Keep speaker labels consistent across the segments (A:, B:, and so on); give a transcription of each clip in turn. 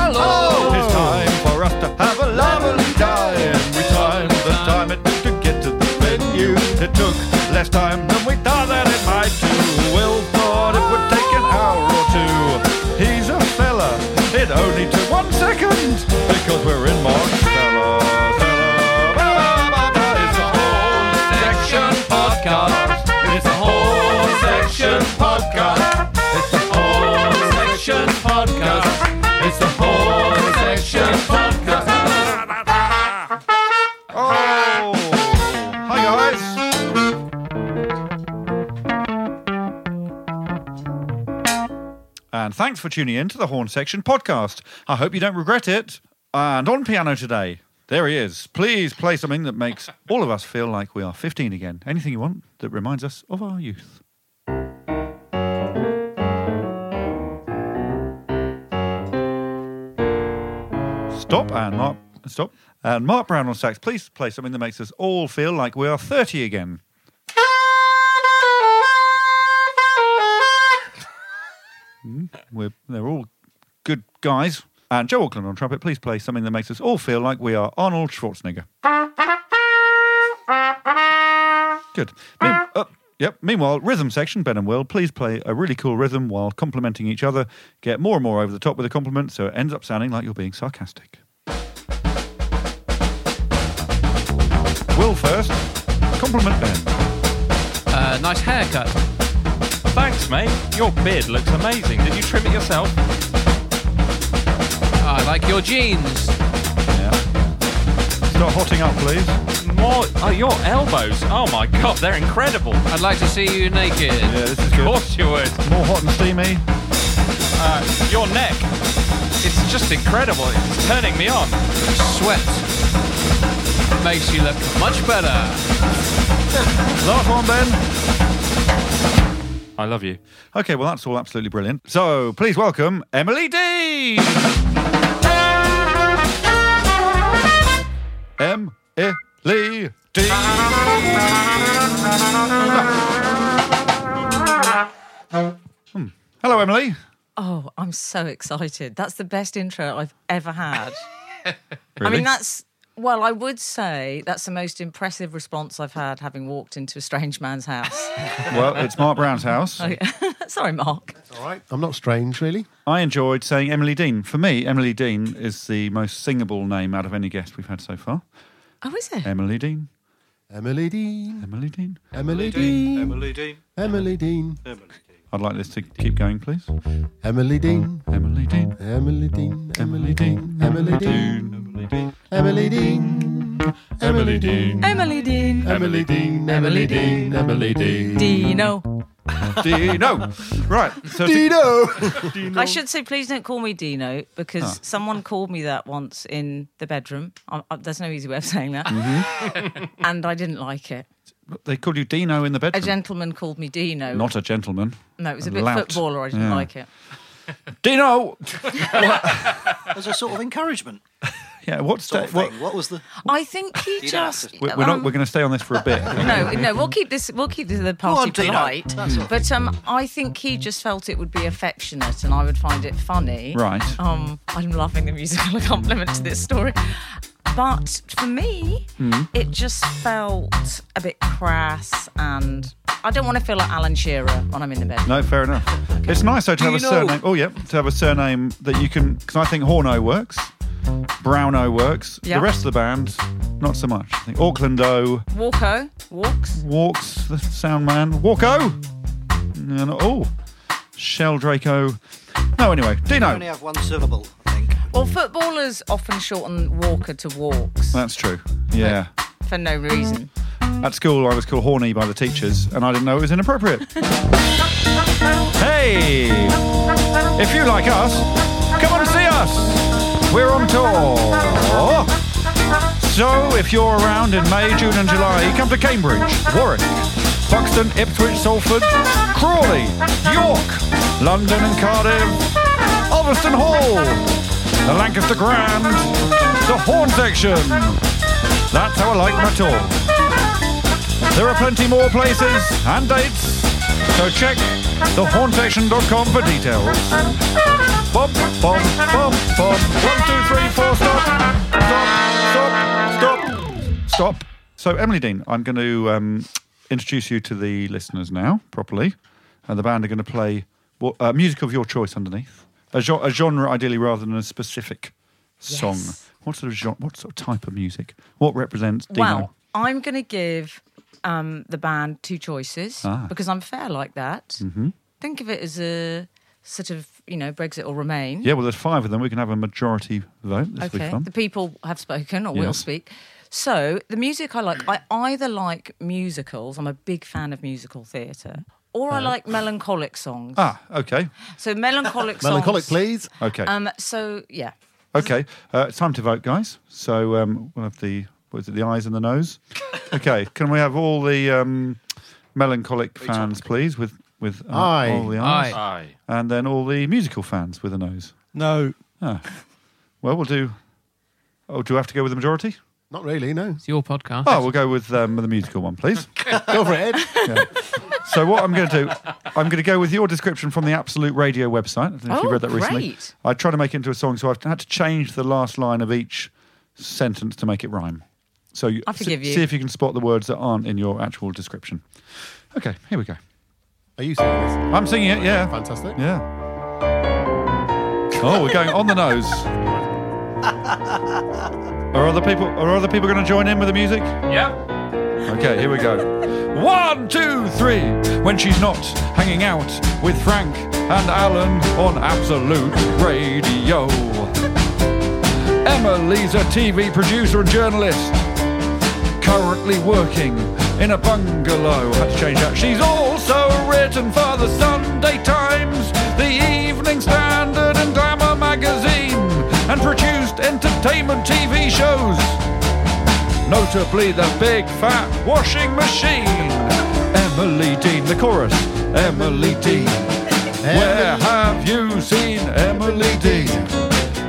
A: Hello. It's time for us to have a lively time. We timed the time it took to get to the venue. It took less time than we thought that it might do. Will thought it would take an hour or two. He's a fella. It only took one second because we're in Monstella. It's a whole section podcast. It's a whole section podcast. It's a whole section podcast. It's a whole section podcast. Oh, hi guys. And thanks for tuning in to the Horn Section podcast. I hope you don't regret it. And on piano today, there he is. Please play something that makes all of us feel like we are 15 again. Anything you want that reminds us of our youth. Stop and Mark. Stop. And Mark Brown on sax, please play something that makes us all feel like we are 30 again. Hmm, We're, they're all good guys. And Joe Auckland on trumpet, please play something that makes us all feel like we are Arnold Schwarzenegger. Good. Mean- uh, yep. Meanwhile, rhythm section, Ben and Will, please play a really cool rhythm while complimenting each other. Get more and more over the top with a compliment so it ends up sounding like you're being sarcastic. Will first. Compliment Ben.
B: Uh, nice haircut.
C: Thanks, mate. Your beard looks amazing. Did you trim it yourself?
B: I like your jeans.
D: Yeah. Start hotting up, please.
C: More. Oh, your elbows. Oh my god, they're incredible. Of
B: I'd like to see you naked.
D: Yeah, this is good.
C: course you would.
D: More hot and steamy.
C: Uh, your neck. It's just incredible. It's turning me on.
B: Sweat makes you look much better.
D: Last one, Ben.
C: I love you.
D: Okay, well, that's all absolutely brilliant. So please welcome Emily D. M. Emily D. Hmm. Hello, Emily.
E: Oh, I'm so excited. That's the best intro I've ever had. I
D: Really?
E: mean, that's, well, I would say that's the most impressive response I've had having walked into a strange man's house.
D: well, it's Mark Brown's house.
E: Sorry, Mark.
F: I'm not strange, really.
D: I enjoyed saying Emily Dean. For me, Emily Dean is the most singable name out of any guest we've had so far.
E: Oh, is it?
D: Emily Dean.
F: Emily Dean.
D: Emily Dean.
F: Emily Dean.
A: Emily Dean.
F: Emily Dean.
D: I'd like this to keep going, please.
F: Emily Dean.
D: Emily Dean.
F: Emily Dean.
D: Emily Dean.
F: Emily Dean. Emily Dean. Emily Dean.
E: Emily Dean.
F: Emily Dean. Emily Dean. Emily Dean.
E: Dino.
D: Dino. Right. So to-
F: Dino.
E: I should say, please don't call me Dino because someone called me that once in the bedroom. I, I, there's no easy way of saying that.
D: Mm-hmm.
E: and I didn't like it.
D: They called you Dino in the
E: A
D: bedroom.
E: gentleman called me Dino.
D: Not a gentleman.
E: no, it was a bit
D: lout.
E: footballer. I didn't
D: Yeah.
E: like it.
D: Dino.
G: as a sort of encouragement
D: Yeah. What's
G: sort
D: that?
G: of
D: What,
G: thing. What was the?
E: I think he
G: You don't have
E: just.
G: to-
D: we're we're not.
E: um,
D: We're going to stay on this for a bit. I think.
E: No, no, we'll keep this. We'll keep this the
G: Go
E: party
G: on, Dino.
E: polite.
G: That's all.
E: But um, I think he just felt it would be affectionate, and I would find it funny.
D: Right.
E: Um, I'm loving the musical compliment to this story, but for me,
G: Hmm.
E: it just felt a bit crass, and I don't want to feel like Alan Shearer when I'm in the bed.
D: No, fair enough. It's nice though to have a
E: Dino.
D: surname. Oh yeah, to have a surname that you can. Because I think Horno works, Browno works.
E: Yeah.
D: The rest of the band, not so much. I think Auckland O
E: Walko walks.
D: walks the sound man. Walko. No, not all. Shell Draco. No, anyway,
G: I only
D: Dino.
G: have one syllable, I think.
E: Well, footballers often shorten Walker to Walks
D: That's true. Yeah.
E: for no reason.
D: At school, I was called horny by the teachers, and I didn't know it was inappropriate. hey! If you like us, come and see us! We're on tour!
A: So, if you're around in May, June, and July, come to Cambridge, Warwick, Buxton, Ipswich, Salford, Crawley, York, London, and Cardiff, Ulverston Hall, the Lancaster Grand, the Horn section. That's how I like my tour. There are plenty more places and dates, so check thehornsection.com for details. Bob, bob, bob, bob. One, two, three, four, stop. Stop, stop, stop, stop. So, Emily Dean, I'm going to um, introduce you to the listeners now properly. And the band are going to play what, uh, music of your choice underneath. A, gen- a genre, ideally, rather than a specific song.
E: Yes.
A: What sort of genre, what sort of type of music? What represents Dino?
E: Well, I'm going to give um, the band two choices
A: Ah.
E: because I'm fair like that. Mm-hmm. Think of it as a sort of, you know, Brexit or Remain.
A: Yeah, well, there's five of them. We can have a majority vote. This will be
E: Okay.
A: fun.
E: The people have spoken or will
A: Yes.
E: speak. So the music I like, I either like musicals. I'm a big fan of musical theatre. Or I like melancholic songs.
A: Ah, okay,
E: So melancholic songs.
H: Melancholic, please.
A: okay,
E: Um, so yeah,
A: okay. Uh, it's time to vote, guys. So um, we'll have the what is it? The eyes and the nose. Okay, can we have all the um, melancholic fans, please, with with uh,
H: Aye.
A: all the eyes,
I: Aye.
A: and then all the musical fans with a nose. Ah.
H: No.
A: Well, we'll do. Oh, do we have to go with the majority?
H: Not really, no.
I: It's your podcast.
A: Oh, we'll go with um, the musical one, please.
H: Go for it, Ed.
A: So what I'm going to do, I'm going to go with your description from the Absolute Radio website. I don't know if you
E: Oh,
A: read that recently.
E: great.
A: I tried to make it into a song, so I've had to change the last line of each sentence to make it rhyme. So you,
E: I forgive
A: see,
E: you.
A: see if you can spot the words that aren't in your actual description. Okay, here we go.
H: Are you singing this?
A: I'm singing it. Yeah,
H: Fantastic.
A: yeah. Oh, we're going on the nose. Are other people? Are other people going to join in with the music?
J: Yeah.
A: Okay, here we go. One, two, three. When she's not hanging out with Frank and Alan on Absolute Radio. Emily's a TV producer and journalist, currently working in a bungalow. Had to change that. She's also written for the Sunday Times, the Evening Standard, and Glamour magazine, and produced entertainment TV shows notably the big fat washing machine. Emily Dean, the chorus. Emily Dean, where have you seen Emily Dean?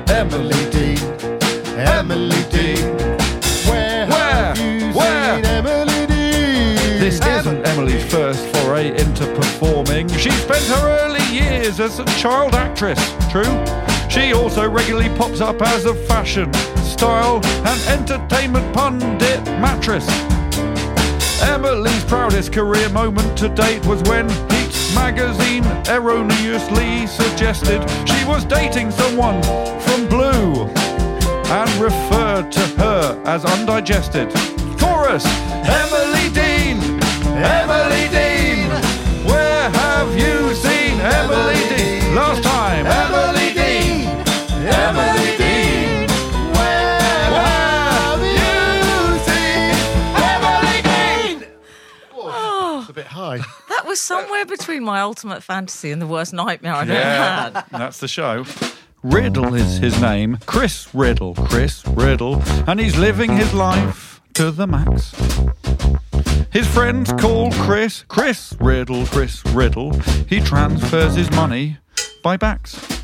A: Emily Dean, Emily Dean.
H: Where,
A: Where?
H: have you
A: Where?
H: seen Emily Dean?
A: This isn't Emily's first foray into performing. She spent her early years as a child actress, true? She also regularly pops up as a fashion, style, and entertainment pundit mattress. Emily's proudest career moment to date was when Heat magazine erroneously suggested she was dating someone from Blue and referred to her as undigested. Chorus Emily Dean, Emily Dean, where have you seen Emily Dean? Last time, Emily Dean, Emily Dean, where have you seen Emily Dean?
H: It's a bit high.
E: that was somewhere between my ultimate fantasy and the worst nightmare I've ever had.
A: That's the show. Riddle is his name. Chris Riddle. Chris Riddle. And he's living his life to the max. His friends call Chris Chris Riddle. Chris Riddle. He transfers his money by Bax.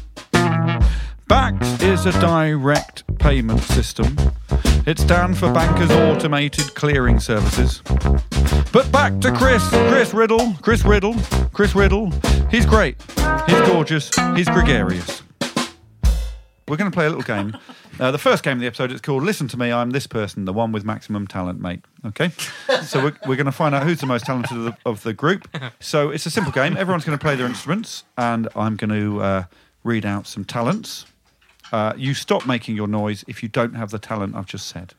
A: Bax is a direct payment system. It stands for Bankers Automated Clearing Services. But back to Chris. Chris Riddle. Chris Riddle. Chris Riddle. He's great. He's gorgeous. He's gregarious. We're going to play a little game. Uh, the first game of the episode is called Listen to Me, I'm This Person, the one with maximum talent, mate. Okay? So we're, we're going to find out who's the most talented of the, of the group. So it's a simple game. Everyone's going to play their instruments, and I'm going to uh, read out some talents. Uh, you stop making your noise if you don't have the talent I've just said.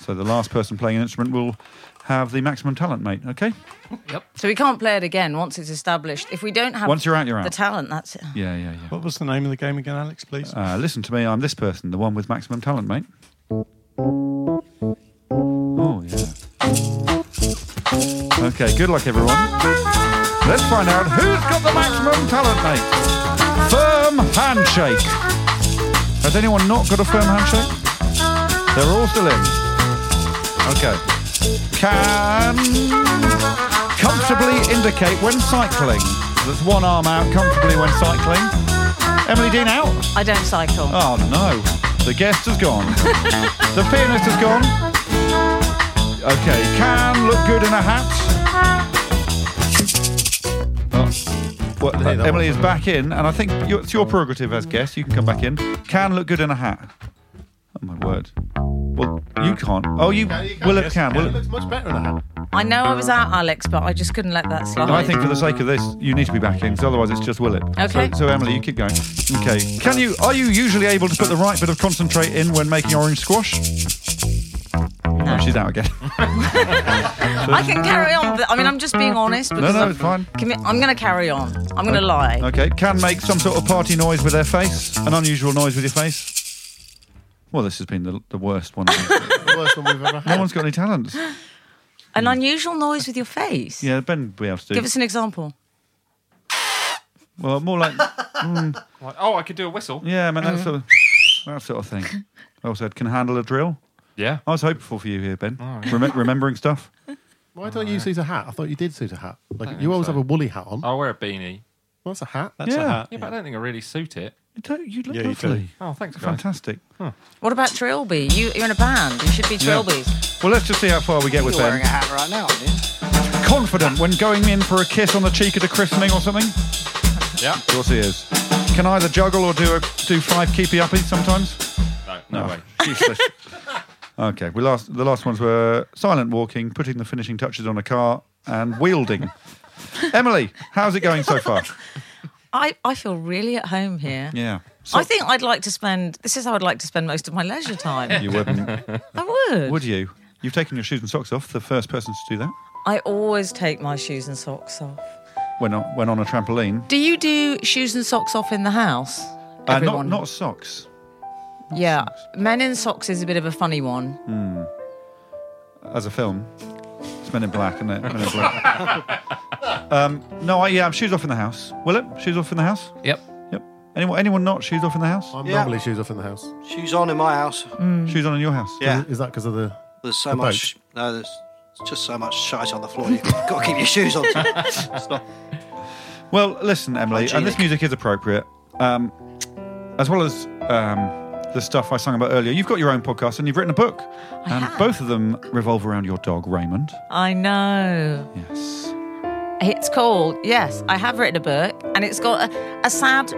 A: So the last person playing an instrument will have the maximum talent, mate. Okay?
E: So we can't play it again once it's established. If we don't have
A: Once you're out, you're
E: the
A: out.
E: talent, that's it.
A: Yeah, yeah, yeah.
D: What was the name of the game again, Alex, please?
A: Uh, listen to me, I'm this person, the one with maximum talent, mate. Oh, yeah. Okay, good luck, everyone. Let's find out who's got the maximum talent, mate. Firm handshake. Has anyone not got a firm handshake? They're all still in.
D: Okay. Can comfortably indicate when cycling. That's one arm out comfortably when cycling. Emily Dean out.
E: I don't cycle.
D: Oh no. The guest has gone. the pianist has gone. Okay. Can look good in a hat. Oh. Well,
F: Hey, that
D: Emily
F: one.
D: is back in, and I think you- it's your prerogative as guest. You can come back in. Can look good in a hat. Oh my word. Well, you can't. Oh, you.
F: Yeah, you
D: Willem
F: yes,
D: can.
F: yeah,
D: Willem.
F: it looks much better in a hat.
E: I know I was out, Alex, but I just couldn't let that slide.
D: And I think for the sake of this, you need to be back in, 'cause otherwise it's just will it.
E: Okay.
D: So, so Emily, you keep going. Okay. Can you? Are you usually able to put the right bit of concentrate in when making orange squash? No, she's out again.
E: I can carry on. But, I mean, I'm just being honest.
D: no,
E: Because
D: no,
E: I'm,
D: it's fine.
E: commi- I'm going to carry on. I'm going to lie.
D: Okay. Can make some sort of party noise with their face, an unusual noise with your face. Well, this has been the, the worst one.
F: The worst one we've ever had.
D: no one's got any talents.
E: An unusual noise with your face.
D: Yeah, Ben, we have to do.
E: Give us an example.
D: well, more like
C: Like, oh, I could do a whistle.
D: yeah, I mean
E: Mm.
D: that sort of that sort of thing. I also had can handle a drill.
C: Yeah.
D: I was hopeful for you here, Ben. Remem- remembering stuff.
F: Why don't you suit a hat? I thought you did suit a hat. Like you always have a woolly hat on.
C: I'll wear a beanie.
F: Well, that's a hat.
K: That's
D: Yeah.
K: a hat.
C: Yeah, but I don't think I really suit it.
D: You don't- You look
K: Yeah, you do.
D: lovely.
C: Oh, thanks, guys.
D: Fantastic.
E: What about trilby? You, you're in a band. You should be trilbies.
D: Well, let's just see how far we get with
G: You're wearing a
D: Ben.
G: hat right now, aren't you?
D: Confident when going in for a kiss on the cheek at a christening or something? Of
C: Yeah.
D: course he is. Can either juggle or do a, do five keepy uppies sometimes?
C: No, no, way.
D: Useless. okay. We last the last ones were silent walking, putting the finishing touches on a car, and wielding. Emily, how's it going so far?
E: I, I feel really at home here.
D: Yeah.
E: I think I'd like to spend. This is how I'd like to spend most of my leisure time.
D: you wouldn't,
E: I would.
D: would you? You've taken your shoes and socks off. The first person to do that
E: I always take my shoes and socks off.
D: when on, when on a trampoline.
E: Do you do shoes and socks off in the house?
D: Uh, not
E: Everyone?
D: not socks.
E: yeah. Men in socks is a bit of a funny one.
D: as a film. It's Men in Black, isn't it? Men in Black. um, no, I, yeah, I'm shoes off in the house. Will it? Shoes off in the house?
B: Yep.
D: Yep. Anyone, anyone not shoes off in the house?
F: I'm
G: Yeah.
F: normally shoes off in the house.
G: Shoes on in my house.
D: Shoes on in your house?
G: Yeah.
F: Is that because of the?
G: There's so
F: The
G: much. No, there's just so much shite on the floor. You've got to keep your shoes on. it's not.
D: Well, listen, Emily, and this
G: Hygienic.
D: music is appropriate. Um, as well as um, the stuff I sang about earlier, you've got your own podcast and you've written a book. and
E: have.
D: both of them revolve around your dog, Raymond.
E: I know.
D: Yes.
E: It's called, yes, I have written a book and it's got a, a sad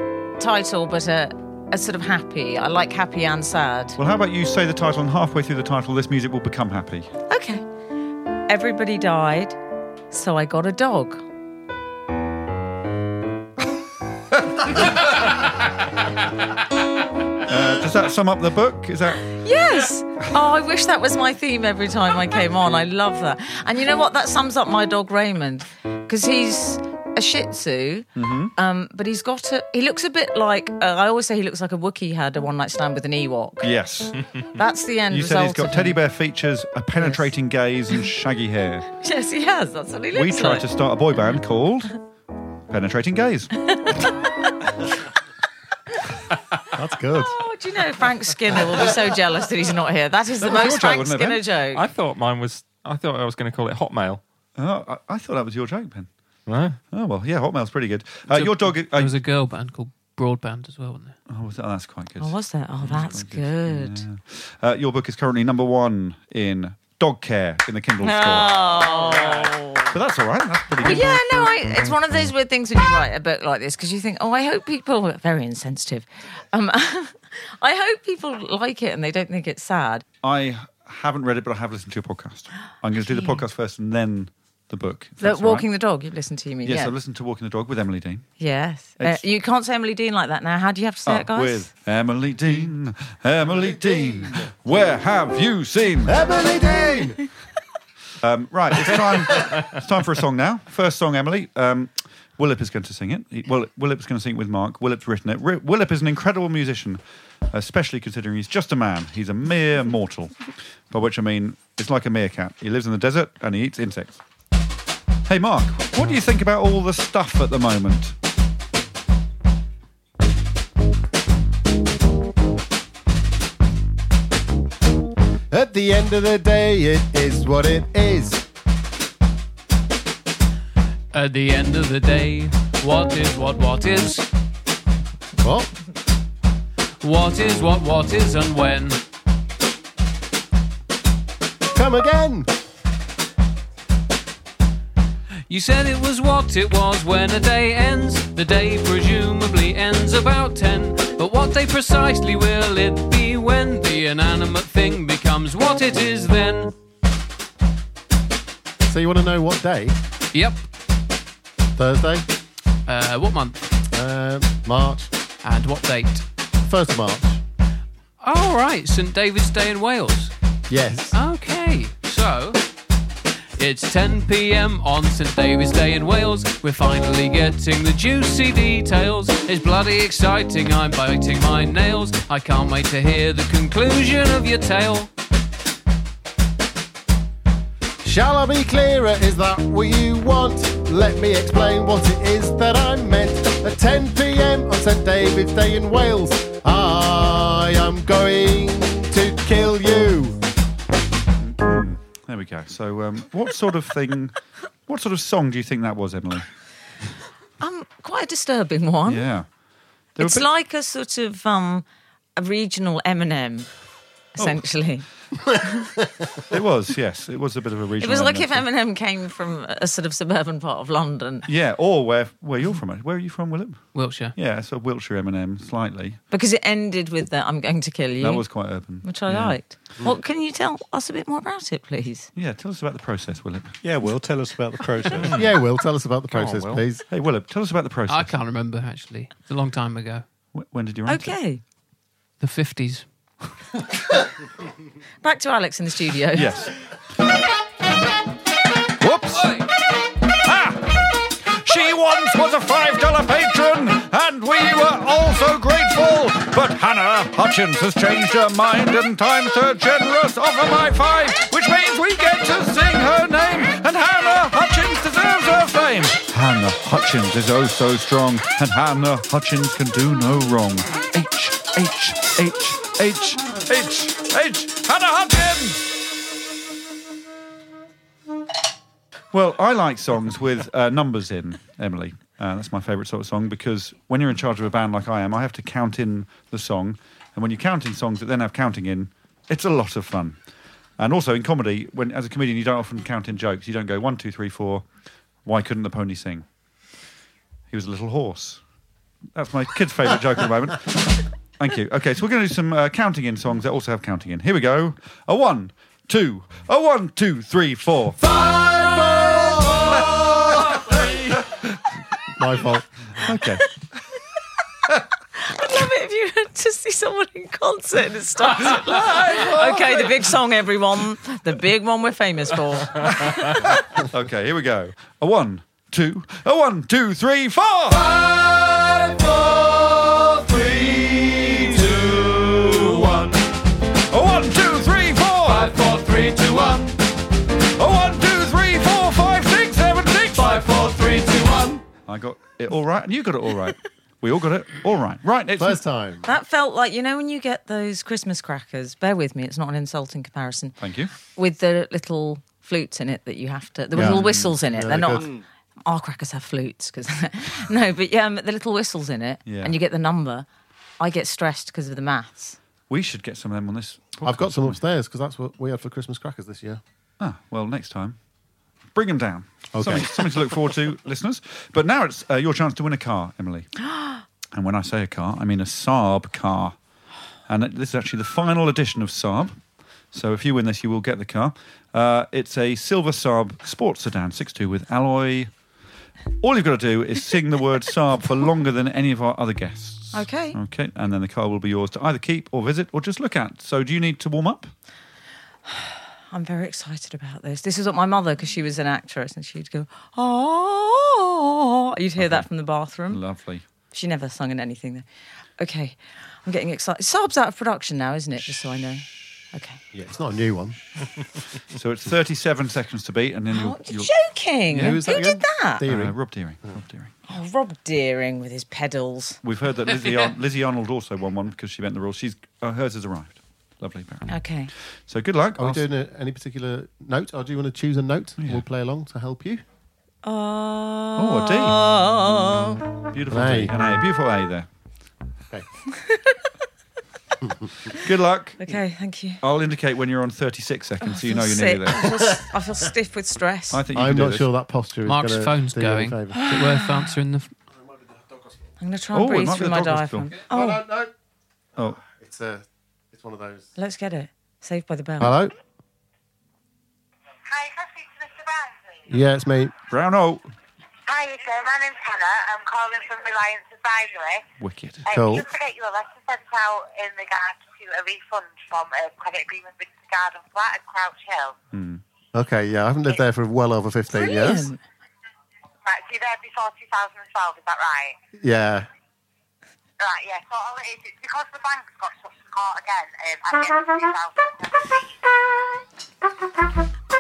E: title, but a, a sort of happy. I like happy and sad.
D: Well, how about you say the title, and halfway through the title, this music will become happy.
E: Okay. Everybody died, so I got a dog.
D: Uh, does that sum up the book? Is that.
E: Yes. Oh, I wish that was my theme every time I came on. I love that. And you know what? That sums up my dog Raymond because he's a Shih Tzu,
D: Mm-hmm.
E: um, but he's got a. He looks a bit like. Uh, I always say he looks like a Wookiee had a one night stand with an Ewok.
D: Yes.
E: That's the end
D: You
E: result.
D: said he's got
E: of
D: teddy
E: him.
D: bear features, a penetrating gaze, and shaggy hair.
E: Yes, he has. That's what he looks
D: We
E: like.
D: tried to start a boy band called Penetrating Gaze.
F: That's good.
E: Oh, do you know Frank Skinner will be so jealous that he's not here? That is the
D: was your
E: most
D: joke,
E: Frank
D: wasn't it,
E: Skinner
D: Ben?
E: joke.
C: I thought mine was. I thought I was going to call it Hotmail.
D: Oh, I, I thought that was your joke, Ben.
C: No.
D: Oh well, yeah, Hotmail's pretty good. Uh, your dog. Uh,
B: There was a girl band called Broadband as well, wasn't there?
D: oh, was that- oh, that's quite good.
E: Oh, was that? Oh, that's good.
D: Uh, your book is currently number one in dog care in the Kindle store.
E: Oh.
D: But that's all right. That's pretty
E: But
D: good.
E: yeah, no, I, it's one of those weird things when you write a book like this because you think, oh, I hope people very insensitive. Um, I hope people like it and they don't think it's sad.
D: I haven't read it, but I have listened to your podcast. I'm going to do the podcast first and then the book. if
E: That
D: that's all right.
E: walking the dog, you've listened to me,
D: Yes,
E: yeah.
D: I've listened to Walking the Dog with Emily Dean.
E: yes, Uh,
D: It's- Oh,
E: you can't say Emily Dean like that now. How do you have to say it, guys?
D: With Emily Dean, Emily Dean, where have you seen?
F: Emily Dean.
D: Um, right, it's time. it's time for a song now. First song, Emily. Um, Willip is going to sing it. He- Will, Willip's going to sing it with Mark. Willip's written it. Ri- Willip is an incredible musician, especially considering he's just a man. He's a mere mortal, by which I mean it's like a meerkat. He lives in the desert and he eats insects. Hey, Mark, what do you think about all the stuff at the moment?
F: At
H: the end of the day, it is what it is.
B: At the end of the day, what is what what is?
H: What?
B: What is what what is and when?
H: Come again.
B: You said it was what it was when a day ends. The day presumably ends about 10. But what day precisely will it be when the inanimate thing becomes what it is then?
H: So you want to know what day?
B: Yep.
H: Thursday,
B: Uh, what month
F: Uh,
H: um, March,
B: and what date?
H: first of March.
B: All right, St. David's Day in Wales.
H: Yes.
B: Okay, so it's 10 p.m. on St. David's Day in Wales. We're finally getting the juicy details. It's bloody exciting, I'm biting my nails. I can't wait to hear the conclusion of your tale.
H: Shall I be clearer? Is that what you want? Let me explain what it is that I meant. At 10 pm on St David's Day in Wales, I am going to kill you.
D: There we go. So, um, what sort of thing, what sort of song do you think that was, Emily?
E: Um, quite a disturbing one.
D: Yeah. They were
E: It's
D: a bit-
E: like a sort of um, a regional
D: Oh.
E: Eminem, essentially.
D: It was, yes. It was a bit of a regional.
E: It was like
D: element.
E: if Eminem came from a sort of suburban part of London,
D: Yeah, or where where you're from. Where are you from, Willem?
B: Wiltshire.
D: Yeah, so Wiltshire Eminem, slightly.
E: because it ended with the "I'm going to kill you,"
D: That was quite urban.
E: which I
D: yeah. Mm.
E: liked. What can you tell us a bit more about it, please?
D: Yeah, tell us about the process, Willem.
K: Yeah, Will, tell us about the process.
H: Yeah, Will, tell us about the
D: Come on,
H: process,
D: Will.
H: please.
D: Hey, Willem, tell us about the process.
B: I can't remember actually. It's a long time ago.
D: Wh- When did you write it?
E: Okay,
B: The 50s.
E: back to Alex in the studio.
D: Yes.
A: Whoops! Ah! She once was a $5 patron, and we were all so grateful. But Hannah Hutchins has changed her mind, and times her generous offer by five, which means we get to sing her name, and Hannah Hutchins deserves her fame.
D: Hannah Hutchins is oh so strong, and Hannah Hutchins can do no wrong. H, H, H, H.
A: H, H, Hannah Hutchins!
D: Well, I like songs with uh, numbers in, Emily. Uh, that's my favourite sort of song because when you're in charge of a band like I am, I have to count in the song. And when you count in songs that then have counting in, it's a lot of fun. And also in comedy, when as a comedian, you don't often count in jokes. You don't go one, two, three, four. Why couldn't the pony sing? He was a little horse. That's my kid's favourite joke at the moment. Thank you. Okay, so we're going to do some uh, counting in songs that also have counting in. Here we go. A one, two, a one, two, three, four.
H: My fault.
D: Okay.
E: I'd love it if you had to see someone in concert and it starts at live. Okay, the big song, everyone. The big one we're famous for.
D: Okay, here we go. A one, two, a one, two, three, four. A one, two, three, four. A one, two, three, four, five, six, seven, six. I got it all right, and you got it all right. we all got it all right. Right, it's
H: First time.
E: That felt like, you know, when you get those Christmas crackers, bear with me, it's not an insulting comparison,
D: Thank you.
E: with the little flutes in it that you have to, the
H: Yeah.
E: little whistles in it. They're not.
H: good.
E: Our crackers have flutes because no, but yeah, um, the little whistles in it,
D: Yeah.
E: and you get the number. I get stressed because of the maths.
D: We should get some of them on this. Podcast,
H: I've got some
D: shouldn't
H: upstairs because that's what we had for Christmas crackers this year.
D: we? Ah, well, next time, bring them down.
H: Okay.
D: Something, something to look forward to, listeners. But now it's uh, your chance to win a car, Emily. and when I say a car, I mean a Saab car. And it- this is actually the final edition of Saab. So if you win this, you will get the car. Uh, it's a silver Saab sports sedan, 6.2 with alloy. All you've got to do is sing the word Saab for longer than any of our other guests.
E: Okay.
D: Okay. And then the car will be yours to either keep or visit or just look at. So do you need to warm up?
E: I'm very excited about this. This is what my mother, because she was an actress, and she'd go, oh, you'd hear that from the bathroom.
D: Lovely.
E: She never sung in anything there. Okay, I'm getting excited. Saab's out of production now, isn't it? Just so I know. Okay.
H: Yeah, it's not a new one.
D: So it's 37 seconds to beat, and then
E: Oh,
D: you'll.
E: you're
D: you'll
E: joking.
D: Yeah,
E: Who
H: who's that
E: did
H: again?
E: that?
H: Deering.
D: uh, Rob Deering. Rob Deering.
E: Oh, Rob Deering with his pedals.
D: We've heard that Lizzie, Ar- Lizzie Arnold also won one because she bent the rules. She's uh, hers has arrived. Lovely. Baron.
E: Okay.
D: So good luck.
H: Are we
D: I'll-
H: doing a, any particular note, or do you want to choose a note? We'll play along to help you.
D: Oh, a D. Mm, Beautiful
H: Hey.
D: D. An A. Beautiful A there.
H: Okay.
D: Good luck.
E: Okay, thank you.
D: I'll indicate when you're on 36 seconds Oh, so you know
E: I feel
D: you're nearly
E: Oh, sick. I
D: there.
E: feel, s- I feel stiff with stress.
D: I think you
H: I'm
D: can do
H: not
D: this.
H: sure that posture is
B: Mark's
H: gonna
B: phone's
H: do you any
B: going. Is
H: favour.
B: it worth answering the. F-
E: I'm going to try and
D: Oh, it
E: breathe
D: might be
E: through
D: the
E: my
D: dog whistle.
E: diaphragm. Oh,
H: No, no, no.
D: Oh,
H: It's a. It's one of those.
E: let's get it. Saved by the bell.
H: Hello.
L: Hi, can I speak to Mr. Brown, please?
H: Yeah, it's me.
D: brown O.
L: Hi, again. My name's Hannah. I'm calling from Reliance Advisory.
D: Wicked.
L: Um,
H: Cool.
L: Just to get your letter sent out in regard to a refund from a credit agreement with the Garden Flat at Crouch Hill.
H: Okay, yeah, I haven't lived there for well over 15 years.
E: Brilliant.
L: Right, so you're there before 2012, is that right?
H: Yeah.
L: Right, yeah. So all it is, it's because the bank's got stuff to court again, um, I get the 2000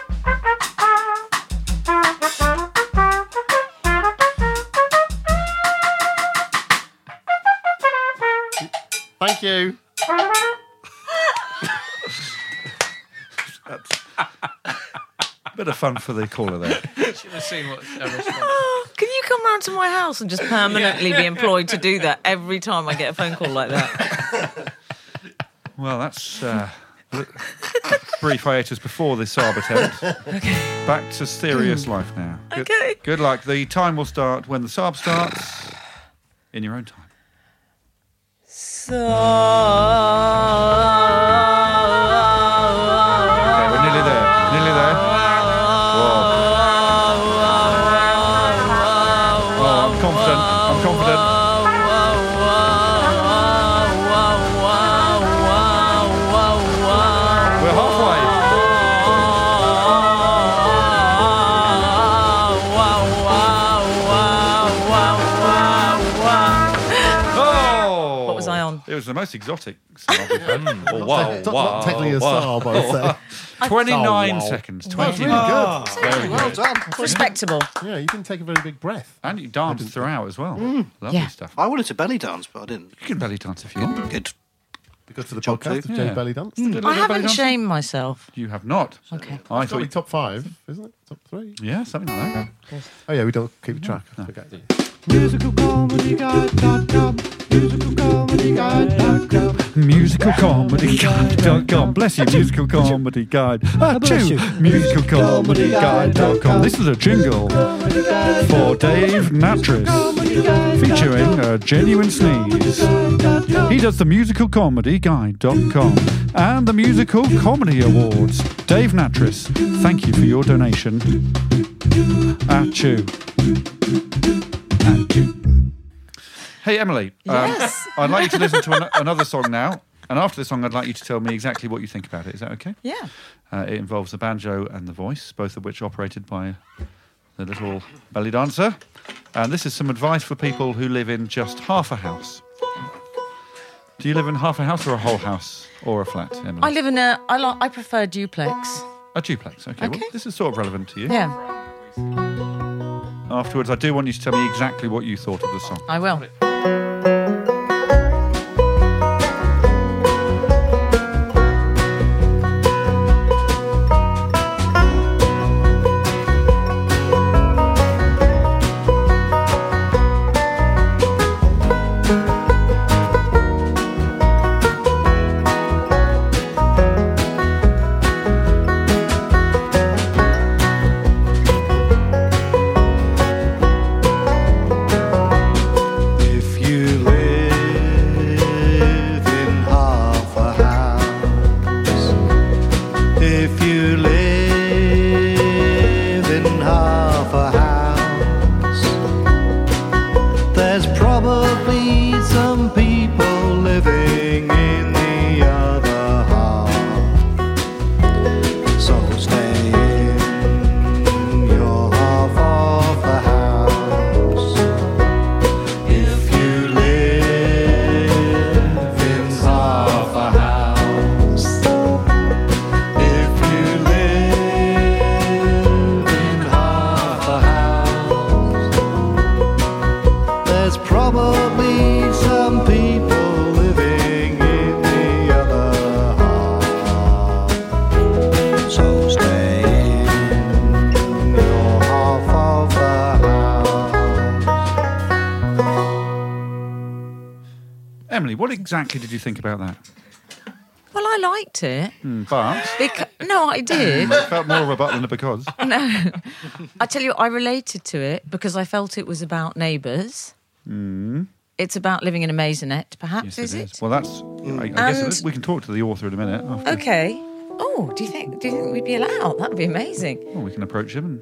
H: Thank you.
D: Bit of fun for the caller there.
B: should have seen what a response.
E: Can you come round to my house and just permanently be employed to do that every time I get a phone call like that?
D: Well, that's uh, li- brief hiatus before the Saab attempt. Back to serious life now. Good,
E: Okay.
D: Good luck. The time will start when the Saab starts. In your own time.
E: So.
D: Okay, we're nearly there. Nearly there. Whoa. Oh, I'm confident. I'm confident. We're halfway. Oh.
E: What was I on?
D: It was the most exotic Saab we've had. Oh, wow,
H: Not-
D: wow,
H: Not technically a
D: wow.
H: Saab, I would say.
D: 29
H: Oh, wow.
D: seconds.
H: That's
D: 29.
H: really
E: Ah.
H: good.
D: Very
H: Well
D: good.
H: done.
E: Respectable.
H: Yeah, you didn't take a very big breath.
D: And you danced throughout as well. Lovely
E: Yeah.
D: stuff.
G: I wanted to belly dance, but I didn't.
D: You can belly dance if you want.
G: Good.
H: Be good for the
G: Job
H: podcast if
G: two.
H: Joe
D: Yeah.
H: Belly Dance.
E: I haven't shamed myself.
D: You have not.
E: Okay.
D: I
H: It's got to
D: thought.
H: be top five, isn't it? Top three.
D: yeah, something like that.
H: Oh, yeah, we don't keep track. Okay.
D: MusicalComedyGuide.com. Bless you, Musical Comedy Guide. Ah, two. MusicalComedyGuide.com. This is a jingle for Dave Natris featuring a genuine sneeze. He does the MusicalComedyGuide.com and the Musical Comedy Awards. Dave Natris, thank you for your donation. Achoo. Achoo. Hey, Emily.
E: Yes.
D: Um, I'd like you to listen to an- another song now. And after the song, I'd like you to tell me exactly what you think about it. Is that okay?
E: Yeah.
D: Uh, it involves the banjo and the voice, both of which are operated by the little belly dancer. And this is some advice for people who live in just half a house. Do you live in half a house or a whole house or a flat, Emily?
E: I live in a. I like. I prefer duplex.
D: a duplex. Okay. Well,
E: Okay.
D: this is sort of relevant to you.
E: Yeah,
D: Afterwards, I do want you to tell me exactly what you thought of the song.
E: I will.
D: If you What exactly did you think about that?
E: Well, I liked it.
D: Hmm, but
E: Because, no, I did.
D: I felt more of a but than a because.
E: No. I tell you, I related to it because I felt it was about neighbours.
D: Hmm.
E: It's about living in a maisonette, perhaps,
D: Yes, it
E: is it? Mm.
D: Well, that's. I, I guess it
E: And-
D: is. we can talk to the author in a minute. After.
E: Okay. Oh, do you think do you think we'd be allowed? That'd be amazing.
D: Well, we can approach him. And,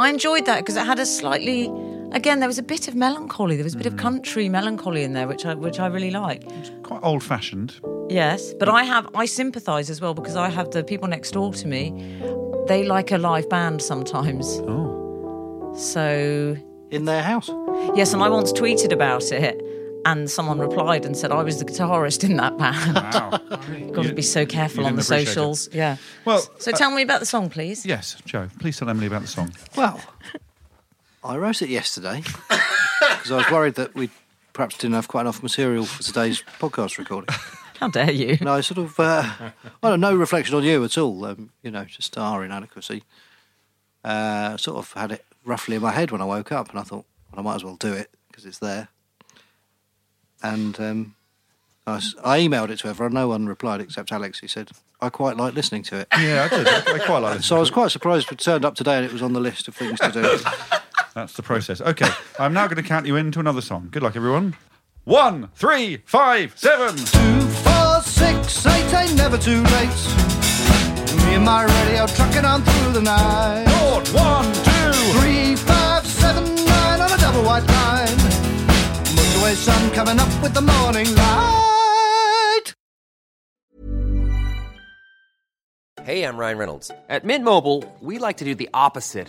E: I enjoyed that because it had a slightly again, there was a bit of melancholy. There was a bit
D: Mm.
E: of country melancholy in there, which I which I really like.
D: quite old-fashioned.
E: Yes, but I have I sympathise as well because I have the people next door to me. They like a live band sometimes.
D: Oh,
E: so
G: in their house.
E: Yes, and I once tweeted about it, and someone replied and said I was the guitarist in that band. Got to be so careful on
D: didn't
E: the
D: appreciate it.
E: socials. Yeah.
D: Well,
E: so
D: uh,
E: tell me about the song, please.
D: Yes, Joe. Please tell Emily about the song.
G: Well, I wrote it yesterday because I was worried that we perhaps didn't have quite enough material for today's podcast recording.
E: How dare you?
G: No, sort of. Uh, well, no reflection on you at all. Um, you know, just our inadequacy. Uh, sort of had it roughly in my head when I woke up, and I thought, well, I might as well do it because it's there. And um, I, s- I emailed it to everyone. No one replied except Alex. He said, "I quite like listening to it."
D: Yeah, I did. I quite like
G: So I was quite surprised it turned up today, and it was on the list of things to do.
D: That's the process. Okay, I'm now going to count you into another song. Good luck, everyone. One, three, five, seven.
G: four, six, eight, ain't never too late. Me and my radio trucking on through the night.
D: Lord, one, two,
G: three, five, seven, nine on a double white line. Motorway sun coming up with the morning light.
M: Hey, I'm Ryan Reynolds. At Mint Mobile, we like to do the opposite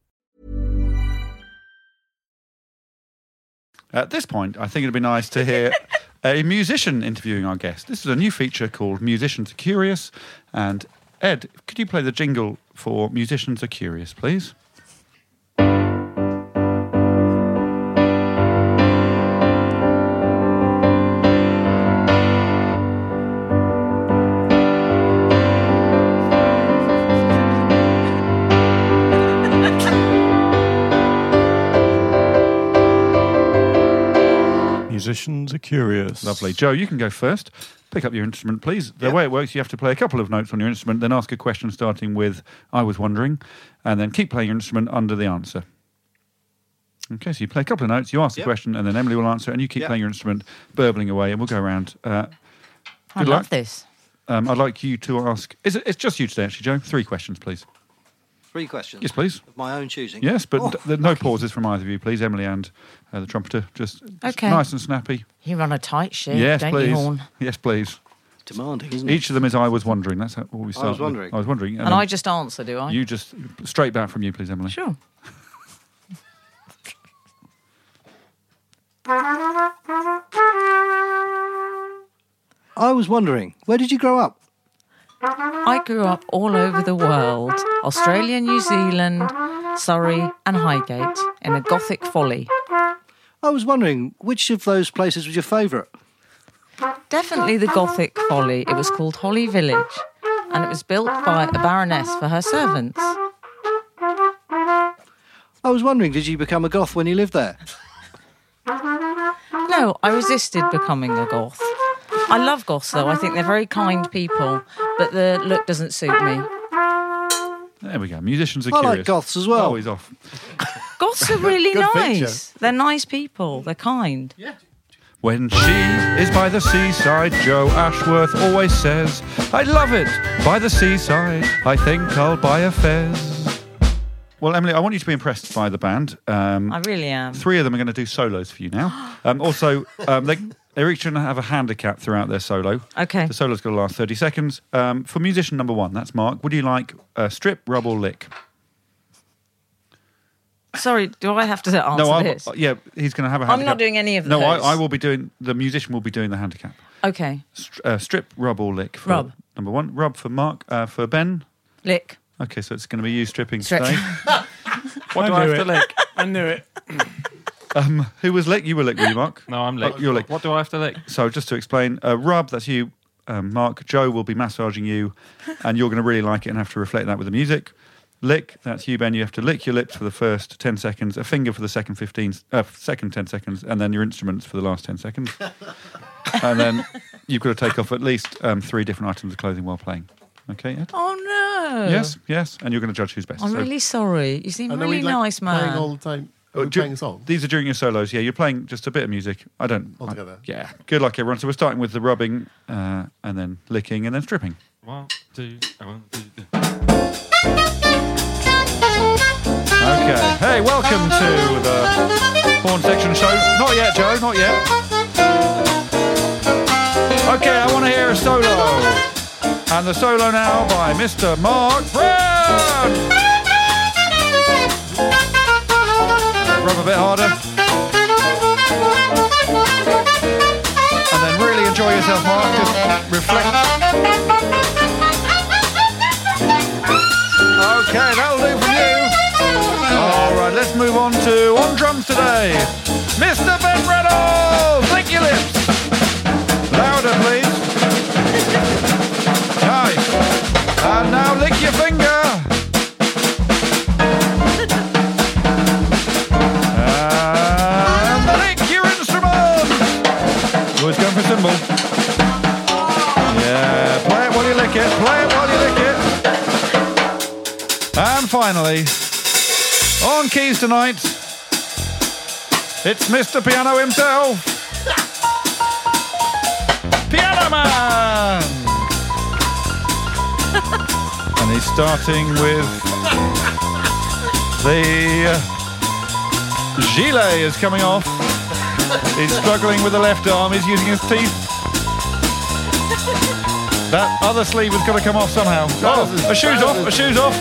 D: At this point, I think it'd be nice to hear a musician interviewing our guest. This is a new feature called Musicians Are Curious. And Ed, could you play the jingle for Musicians Are Curious, please?
K: Musicians are curious.
D: Lovely. Joe, you can go first. Pick up your instrument, please. The way it works, you have to play a couple of notes on your instrument, then ask a question starting with, I was wondering, and then keep playing your instrument under the answer. Okay, so you play a couple of notes, you ask the
A: Yep.
D: question, and then Emily will answer, and you keep
A: Yep.
D: playing your instrument, burbling away, and we'll go around. Uh, good
E: I love
D: luck.
E: this.
D: Um, I'd like you to ask, is it, it's just you today, actually, Joe. Three questions, please.
G: Three questions.
D: Yes, please.
G: Of my own choosing.
D: Yes, but
G: Oh,
D: d- there- no pauses from either of you, please. Emily and uh, the trumpeter, just, just
E: Okay.
D: nice and snappy.
E: You run a tight ship,
D: yes,
E: don't
D: please.
E: you, Horn?
D: Yes, please.
G: demanding, isn't it?
D: Each of them is I was wondering. That's how all we start.
G: was wondering.
D: I was wondering.
E: And,
D: then
E: I just answer, do I?
D: You just straight back from you, please, Emily.
E: Sure.
G: I was wondering, where did you grow up?
E: I grew up all over the world Australia, New Zealand, Surrey, and Highgate in a gothic folly.
G: I was wondering, which of those places was your favourite?
E: Definitely the Gothic folly. It was called Holly Village, and it was built by a baroness for her servants.
G: I was wondering, did you become a goth when you lived there?
E: No, I resisted becoming a goth. I love goths though. I think they're very kind people, but the look doesn't suit me.
D: There we go. Musicians are
E: I like
D: curious.
E: goths as well.
D: Oh, he's off.
E: Goths are really
D: Good
E: nice.
D: feature.
E: They're nice people. They're kind.
D: When she is by the seaside, Joe Ashworth always says, I love it by the seaside. I think I'll buy a fez. Well, Emily, I want you to be impressed by the band. Um,
E: I really am.
D: Three of them are going to do solos for you now. Um, also, um, they, they're each going to have a handicap throughout their solo.
E: Okay.
D: The solo's going to last 30 seconds. Um, for musician number one, that's Mark. Would you like a strip, rub, or lick?
E: Sorry, do I have to answer
D: no, I,
E: this?
D: yeah, he's going to have a
E: I'm
D: handicap.
E: not doing any of
D: no,
E: those.
D: No, I, I will be doing, the musician will be doing the handicap.
E: Okay.
D: Str- uh, strip, rub, or lick for
E: Rub.
D: number one. Rub for Mark, uh, for Ben.
E: Lick.
D: Okay, so it's going to be you stripping
E: Strip.
D: today. What do I have to lick?
K: I knew it.
D: Um, who was lick? You were lick, were you, Mark?
C: No, I'm lick.
D: Oh, you're lick.
C: What do I have to lick?
D: So just to explain, uh, Rob, that's you. Um, Mark, Joe will be massaging you, and you're going to really like it and have to reflect that with the music. Lick, that's you, Ben. You have to lick your lips for the first ten seconds, a finger for the second fifteen, uh, second ten seconds, and then your instruments for the last ten seconds. and then you've got to take off at least um, three different items of clothing while playing. Okay, Ed?
E: Oh no.
D: Yes, yes, and you're going to judge who's best.
E: I'm
D: So-
E: really sorry. You seem
F: And are
E: really
F: we, like,
E: nice, man.
F: Playing all the time. Are
D: Uh,
F: we
D: du-
F: playing a song.
D: These are during your solos. Yeah, you're playing just a bit of music. I don't. I-
F: Altogether.
D: yeah. Good luck, everyone. So we're starting with the rubbing, uh, and then licking, and then stripping.
C: One, two, oh, one, two, three.
D: Okay. Hey, welcome to the horn section show. Not yet, Joe. Not yet. Okay, I want to hear a solo, and the solo now by Mr. Mark Brown. Rub a bit harder, and then really enjoy yourself, Mark. Just reflect. Okay, that'll do for you. All right, let's move on to on drums today. Mr. Ben Reynolds, lick your lips. Louder, please. Nice. And now lick your finger. And lick your instrument. Who's going for cymbal? Yeah, play it while you lick it. Play it while you lick it. And finally, on keys tonight, it's Mr. Piano himself, Piano Man! and he's starting with the uh, gilet is coming off. He's struggling with the left arm. He's using his teeth. That other sleeve has got to come off somehow. Oh, a shoe's off. A shoe's off.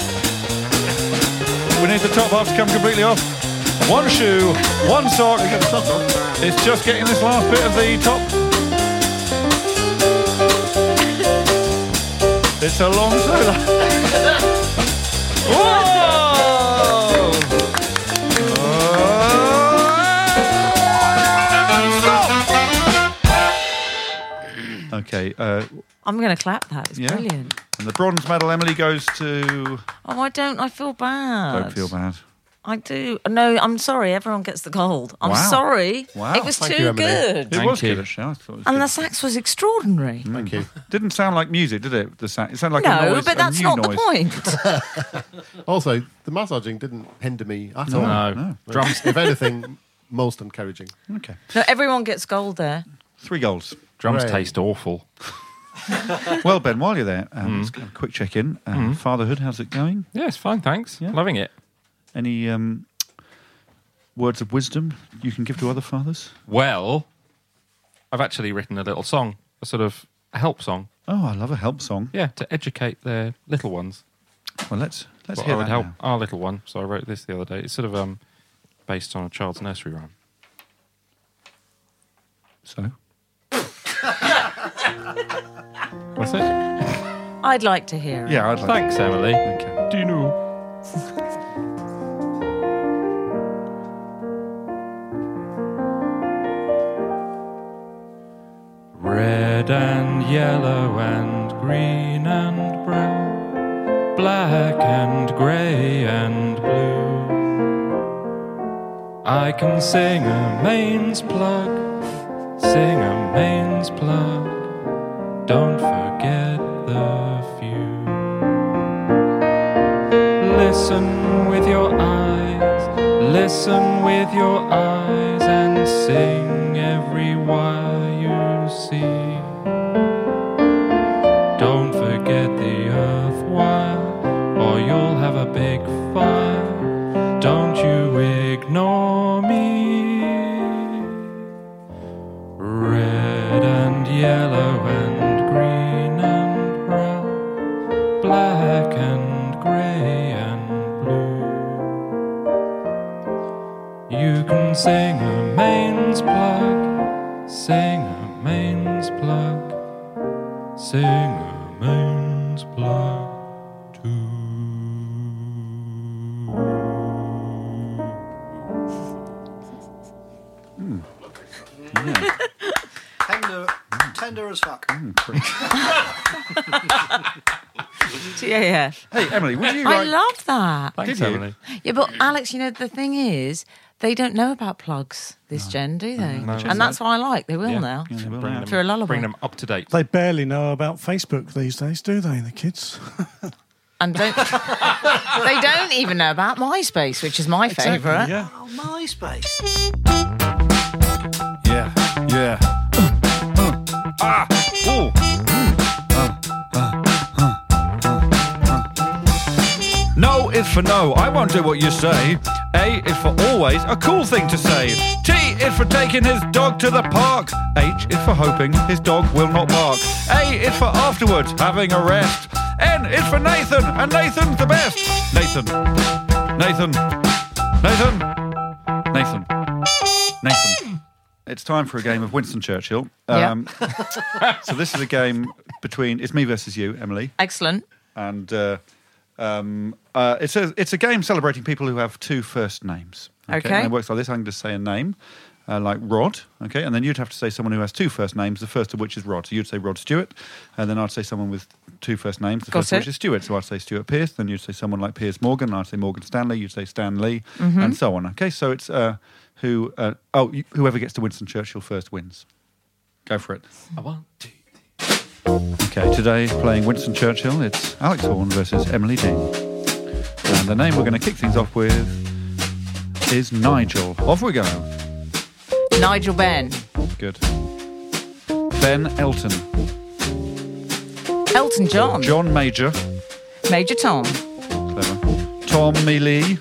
D: We need the top half to come completely off. One shoe, one sock. It's just getting this last bit of the top. It's a long solo. Whoa! Okay, uh,
E: I'm going to clap that. It's
D: Yeah.
E: brilliant.
D: and the bronze medal, Emily, goes to.
E: Oh, I don't. I feel bad.
D: Don't feel bad.
E: I do. No, I'm sorry. Everyone gets the gold. I'm
D: Wow.
E: sorry.
D: Wow.
E: It was too good.
D: It was good, actually. I thought it was
E: And
D: good.
E: the sax was extraordinary.
D: Thank you. Didn't sound like music, did it? The sound. It sounded like a
E: no,
D: noise.
E: but
D: a
E: that's
D: new
E: not
D: noise.
E: the point.
F: Also, the massaging didn't hinder me at
D: No,
F: all.
D: no.
F: Drums. if anything, most encouraging.
D: Okay.
E: no, everyone gets gold there.
D: Three goals.
C: Drums
F: Great.
C: taste awful.
D: well, Ben, while you're there, um,
C: Mm-hmm.
D: let's have a quick check in. Um, Fatherhood, how's it going?
C: Yeah, it's fine, thanks. Loving it.
D: Any um, words of wisdom you can give to other fathers?
C: Well, I've actually written a little song, a sort of a help song.
D: Oh, I love a help song.
C: Yeah, to educate their little ones.
D: Well, let's let's
C: Well,
D: hear
C: I would
D: that
C: help
D: now.
C: our little one. So I wrote this the other day. It's sort of um, based on a child's nursery rhyme.
D: So
C: That's it.
E: I'd like to hear it.
D: yeah, I'd like.
C: Thanks, Emily. Do you know? Red and yellow and green and brown, black and grey and blue. I can sing a mains plug, sing a mains plug. Don't forget the few. Listen with your eyes, listen with your eyes, and sing every word.
N: Sing a mains plug. Sing a mains plug. Sing a mains plug.
G: Tender, tender as fuck.
D: Mm.
E: Yeah, yeah.
D: Hey, Emily, would you
E: I
D: like-
E: love that.
D: Thanks, Did you? Emily.
E: Yeah, but Alex, you know the thing is, they don't know about plugs this gen, do they?
K: No.
E: And that's what I like. They will
K: Yeah.
E: now.
K: Yeah, they will now.
E: For a lullaby.
C: Bring them up to date.
K: They barely know about Facebook these days, do they, the kids?
E: And don't they don't even know about MySpace, which is my
K: Exactly,
E: favourite.
K: yeah.
G: Oh, MySpace.
D: Yeah, yeah. ah, ooh. No is for no. I won't do what you say. A is for always, a cool thing to say. T is for taking his dog to the park. H is for hoping his dog will not bark. A is for afterwards, having a rest. N is for Nathan, and Nathan's the best. Nathan. Nathan. Nathan. Nathan. Nathan. It's time for a game of Winston Churchill. Um,
E: Yeah.
D: so this is a game between it's me versus you, Emily
E: Excellent.
D: and uh, um, uh, it's a it's a game celebrating people who have two first names.
E: Okay.
D: and it works like this. I'm going to say a name, uh, like Rod. Okay, and then you'd have to say someone who has two first names. The first of which is Rod. So you'd say Rod Stewart, and then I'd say someone with two first names. The
E: Got
D: first of
E: it.
D: which is Stewart. So I'd say Stewart Pearce. Then you'd say someone like Piers Morgan. And I'd say Morgan Stanley. You'd say Stan Lee,
E: Mhm.
D: and so on. Okay, so it's uh, who uh, oh you- whoever gets to Winston Churchill first wins. Go for it.
B: I won't.
D: Okay, today playing Winston Churchill, it's Alex Horn versus Emily Dean. And the name we're going to kick things off with is Nigel. Off we go. Oh,
E: Nigel Ben.
D: Good. Ben Elton.
E: Elton John.
D: John Major.
E: Major Tom.
D: Clever. Tommy Lee.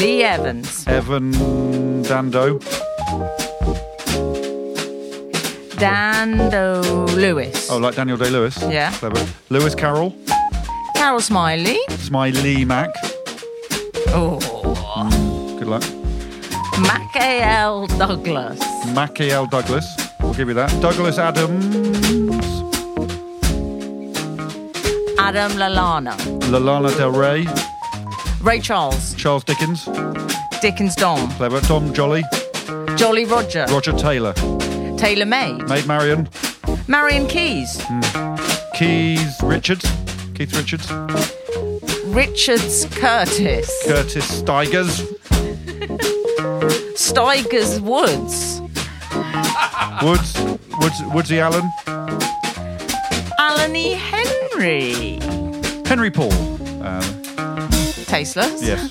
E: Lee Evans.
D: Evan Dando.
E: Dando Lewis.
D: Oh, like Daniel Day Lewis.
E: Yeah.
D: Clever. Lewis Carroll.
E: Carol Smiley.
D: Smiley Mac.
E: Oh.
D: Good luck.
E: Mac A. L. Douglas.
D: Mackie L. Douglas. We'll give you that. Douglas Adams.
E: Adam Lalana.
D: Lalana Del Rey.
E: Ray Charles.
D: Charles Dickens.
E: Dickens Dom.
D: Clever. Tom Jolly.
E: Jolly Roger.
D: Roger Taylor.
E: Taylor May.
D: Maid Marian.
E: Marion Keys.
D: Keys Richards. Keith Richards.
E: Richards Curtis.
D: Curtis Steigers.
E: Steigers Woods.
D: Woods. Woods Woodsy Allen.
E: Alan E. Henry.
D: Henry Paul. Um,
E: Tasteless.
D: yes.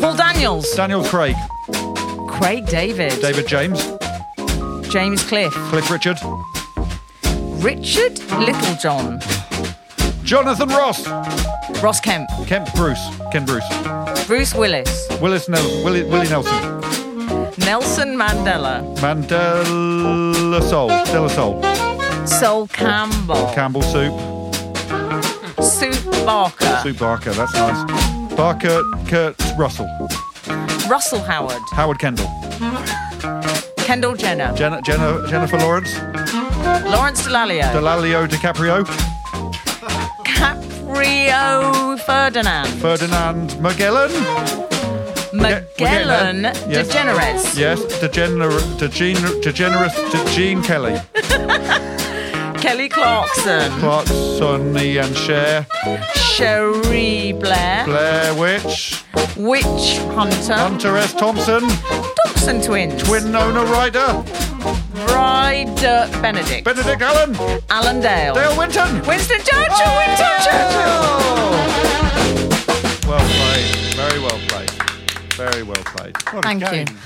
E: Paul Daniels.
D: Daniel Craig.
E: Craig David.
D: David James.
E: James Cliff.
D: Cliff Richard.
E: Richard Littlejohn.
D: Jonathan Ross.
E: Ross Kemp.
D: Kemp Bruce. Ken Bruce.
E: Bruce Willis.
D: Willis Nel- Willie, Willie Nelson.
E: Nelson Mandela.
D: Mandela Soul. Della Soul.
E: Sol Campbell.
D: Campbell Soup.
E: Sue Barker.
D: Soup Barker. That's nice. Barker Kurt Russell.
E: Russell Howard.
D: Howard Kendall.
E: Kendall Jenner.
D: Jenna, Jenna, Jennifer Lawrence.
E: Lawrence Delalio.
D: Delalio DiCaprio.
E: Rio Ferdinand.
D: Ferdinand Magellan.
E: Magellan
D: Yes.
E: DeGeneres.
D: Yes, degenerate, degenerate, degenerous, Degene Kelly.
E: Kelly Clarkson.
D: Clark, Sonny and Cher.
E: Sherry Blair.
D: Blair Witch.
E: Witch Hunter.
D: Hunter S. Thompson.
E: Thompson Twins.
D: Twin Nona Ryder.
E: Ryder Benedict.
D: Benedict Allen.
E: Alan Dale.
D: Dale Winton.
E: Winston Churchill. Winston Churchill.
D: Well played. Very well played. Very well played.
E: Thank you.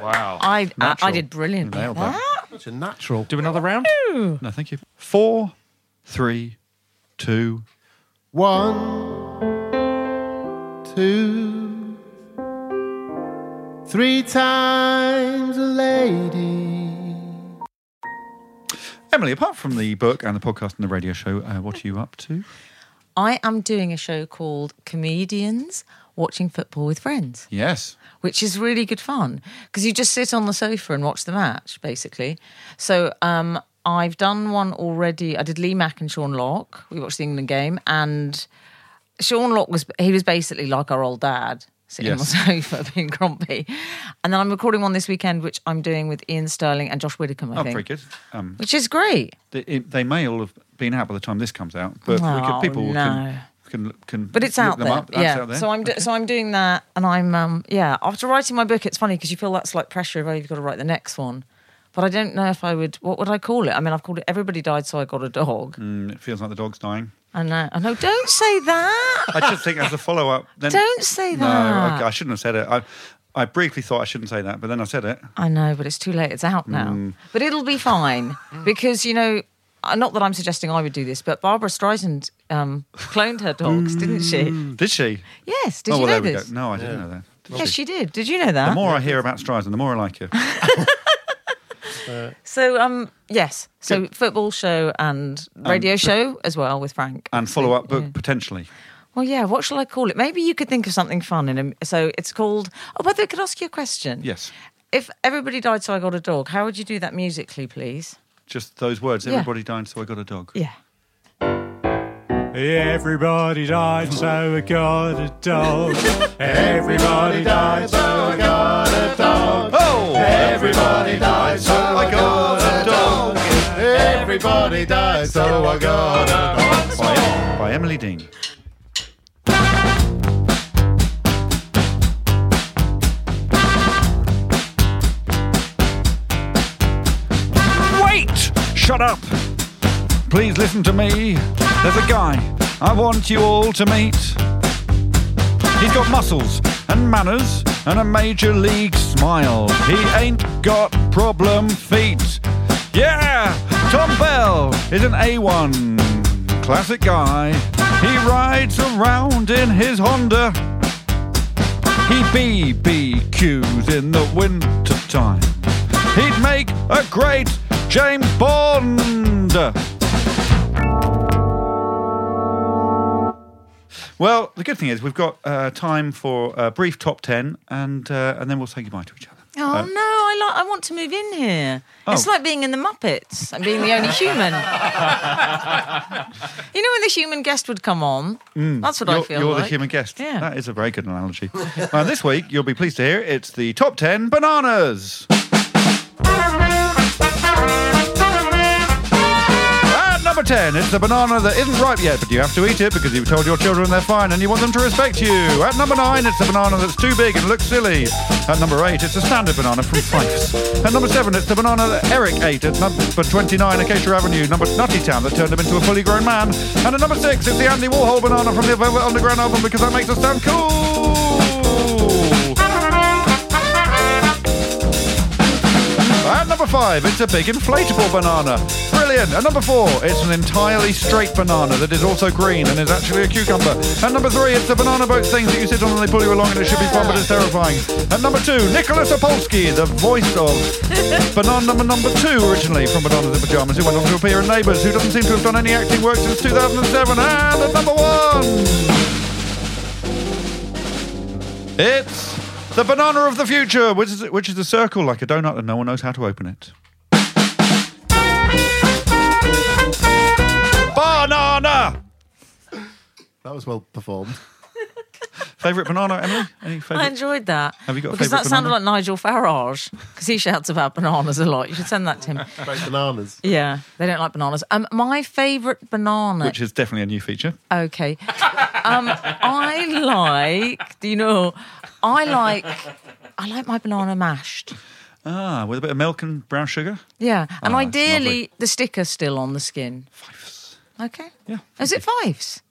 D: Wow.
E: I, I, I
D: Natural.
E: did brilliant.
D: Nailed that.
H: Such a natural.
D: Do another round? No, thank you. Four, three, two,
H: One, two, three times a lady.
D: Emily, apart from the book and the podcast and the radio show, uh, what are you up to?
E: I am doing a show called Comedians Watching Football with Friends.
A: Yes.
E: Which is really good fun because you just sit on the sofa and watch the match, basically. So um, I've done one already. I did Lee Mack and Sean Locke. We watched the England game, and Sean Locke was he was basically like our old dad sitting
O: Yes.
E: on the sofa being grumpy. And then I'm recording one this weekend, which I'm doing with Ian Sterling and Josh Widdicombe. I
A: Oh,
E: think.
A: very good. Um,
E: Which is great.
A: They, it, they may all have been out by the time this comes out, but we
E: Oh,
A: could, people will-
E: no.
A: can, can can.
E: But it's
A: look
E: out
A: them
E: there.
A: Up. That's
E: yeah.
A: out there.
E: So I'm do- so I'm doing that, and I'm um, yeah. After writing my book, it's funny because you feel that's like pressure of oh, you've got to write the next one. But I don't know if I would. What would I call it? I mean, I've called it "Everybody Died, So I Got a Dog."
A: Mm, it feels like the dog's dying.
E: I know. I know. Don't say that.
A: I just think as a follow up. Then
E: Don't say
A: No,
E: that.
A: okay, I shouldn't have said it. I, I briefly thought I shouldn't say that, but then I said it.
E: I know, but it's too late. It's out now.
A: Mm.
E: But it'll be fine because you know, uh, not that I'm suggesting I would do this, but Barbara Streisand um, cloned her dogs, didn't she?
A: Did she?
E: Yes. Did
A: Mm. oh,
E: you
A: well,
E: know
A: there
E: this?
A: we go. No, I didn't know that. Did
E: Yes, she did. Did you know that?
A: The more I hear about Streisand, the more I like her.
E: So um yes, so football show and radio
A: but-
E: show as well with Frank.
A: and follow up book potentially.
E: Well, yeah. What shall I call it? Maybe you could think of something fun. And so it's called. Oh, whether I could ask you a question.
A: Yes.
E: If everybody died, so I got a dog. How would you do that musically, please?
A: Just those words.
E: Yeah.
A: Everybody died, so I got a dog.
E: Yeah.
K: Everybody died, so I got a dog. Everybody died, so I got a dog.
A: Oh!
K: Everybody died, so I got a dog.
D: Everybody dies, so I got a
A: By, by Emily Dean. Wait! Shut up! Please listen to me. There's a guy I want you all to meet. He's got muscles and manners and a major league smile. He ain't got problem feet. Yeah! Tom Bell is an A1 classic guy. He rides around in his Honda. He BBQs in the winter time. He'd make a great James Bond. Well, the good thing is we've got uh, time for a brief top ten, and uh, and then we'll say goodbye to each other.
E: Oh
A: Uh,
E: no, I like. I want to move in here. It's
A: Oh.
E: like being in the Muppets and being the only human. you know when the human guest would come on.
A: Mm.
E: That's what
A: you're,
E: I feel
A: You're
E: like.
A: the human guest.
E: Yeah.
A: That is a very good analogy. uh, this week, you'll be pleased to hear it's the top 10 bananas. At number 10, it's the banana that isn't ripe yet, but you have to eat it because you've told your children they're fine and you want them to respect you. At number 9, it's the banana that's too big and looks silly. At number 8, it's the standard banana from Fife's. At number 7, it's the banana that Eric ate at number 29 Acacia Avenue, number Nutty Town, that turned him into a fully grown man. And at number 6, it's the Andy Warhol banana from the Velvet Underground album because that makes us sound cool. At number five, it's a big inflatable banana. Brilliant. At number four, it's an entirely straight banana that is also green and is actually a cucumber. At number three, it's the banana boat thing that you sit on and they pull you along and it should be fun but it's terrifying. At number two, Nicholas Opolsky, the voice of banana number two originally from Bananas in Pajamas, who went on to appear in Neighbours, who doesn't seem to have done any acting work since 2007. And at number one, it's the banana of the future, which is, which is a circle like a donut and no one knows how to open it. Banana!
P: That was well performed.
A: Favourite banana, Emily? Any
E: I
A: favourite?
E: enjoyed that.
A: Have you got a
E: because that
A: favourite
E: sounded like
A: banana?
E: Nigel Farage because he shouts about bananas a lot. You should send that to him.
P: Great bananas.
E: Yeah, they don't like bananas. Um, my favourite banana.
A: Which is definitely a new feature.
E: okay. Um, I like. Do you know? I like. I like my banana mashed.
A: Ah, with a bit of milk and brown sugar.
E: Yeah, and
A: Ah, that's
E: ideally
A: lovely.
E: the sticker still on the skin. Fives. Okay.
A: Yeah.
E: Is it fives?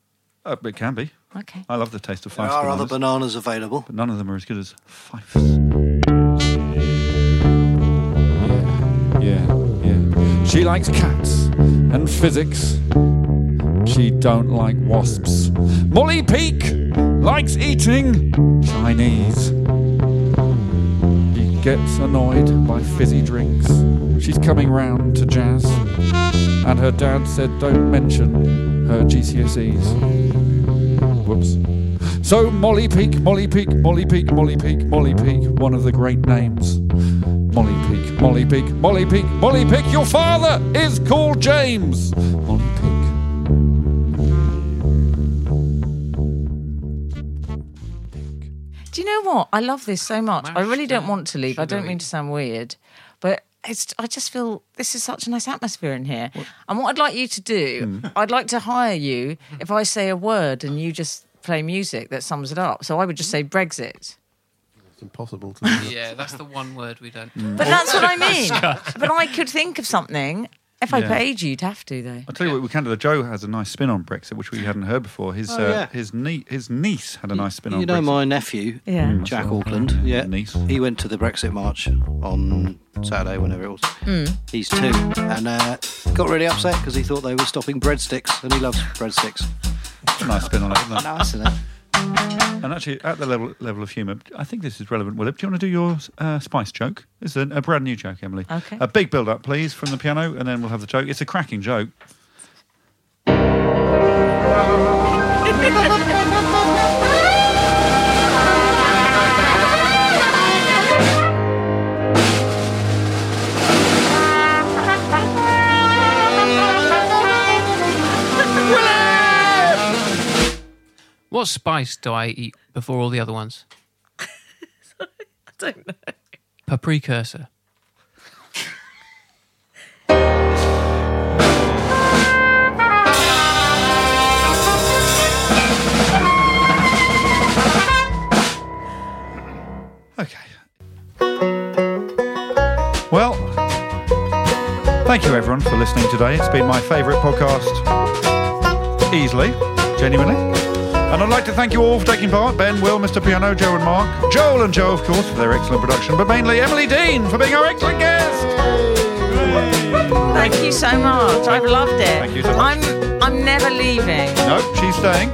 D: Oh,
A: Uh, it can be.
E: Okay.
A: I love the taste of
Q: There
A: five.
Q: are other bananas available.
A: But none of them are as good as five. Yeah, yeah. She likes cats and physics. She don't like wasps. Molly Peak likes eating Chinese. She gets annoyed by fizzy drinks. She's coming round to jazz. And her dad said don't mention her GCSEs.
D: Whoops. So Molly Peak, Molly Peak, Molly Peak, Molly Peak, Molly Peak, one of the great names. Molly Peak, Molly Peak, Molly Peak, Molly Peak, your father is called James. Molly Peak.
E: Do you know what? I love this so much. I really don't want to leave. I don't mean to sound weird, but it's. I just feel this is such a nice atmosphere in here. And what I'd like you to do,
D: Hmm.
E: I'd like to hire you if I say a word and you just play music that sums it up. So I would just say Brexit.
F: It's impossible to.
B: Yeah, that's the one word we don't.
E: But
D: Oh.
E: that's what I mean. but I could think of something. If I
D: Yeah. Hmm.
E: paid you, you'd have to though.
D: I'll tell you what we can do. though. Joe has a nice spin on Brexit, which we hadn't heard before. His
E: Oh,
D: uh,
E: yeah.
D: his nie- his niece had a nice spin on
G: You know
D: Brexit.
G: my nephew,
E: Yeah. Mm,
G: Jack
D: that's all.
G: Auckland. Yeah, he went to the Brexit march on Saturday, whenever it was.
E: Mm.
G: He's two, and uh, got really upset because he thought they were stopping breadsticks, and he loves breadsticks.
D: nice spin on it, isn't it?
G: nice, isn't it?
D: And actually, at the level level of humour, I think this is relevant. Willip, do you want to do your uh, spice joke? It's a, a brand new joke, Emily.
E: Okay.
D: A big build up, please, from the piano, and then we'll have the joke. It's a cracking joke.
B: What spice do I eat before all the other ones?
E: I don't know.
B: A precursor.
D: Well, thank you everyone for listening today. It's been my favourite podcast, easily, genuinely. And I'd like to thank you all for taking part Ben, Will, Mr. Piano, Joe, and Mark. Joel and Joe, of course, for their excellent production, but mainly Emily Dean for being our excellent guest.
E: Thank you so much. I've loved it. Thank
D: you so much.
E: I'm I'm never leaving.
D: No, she's staying.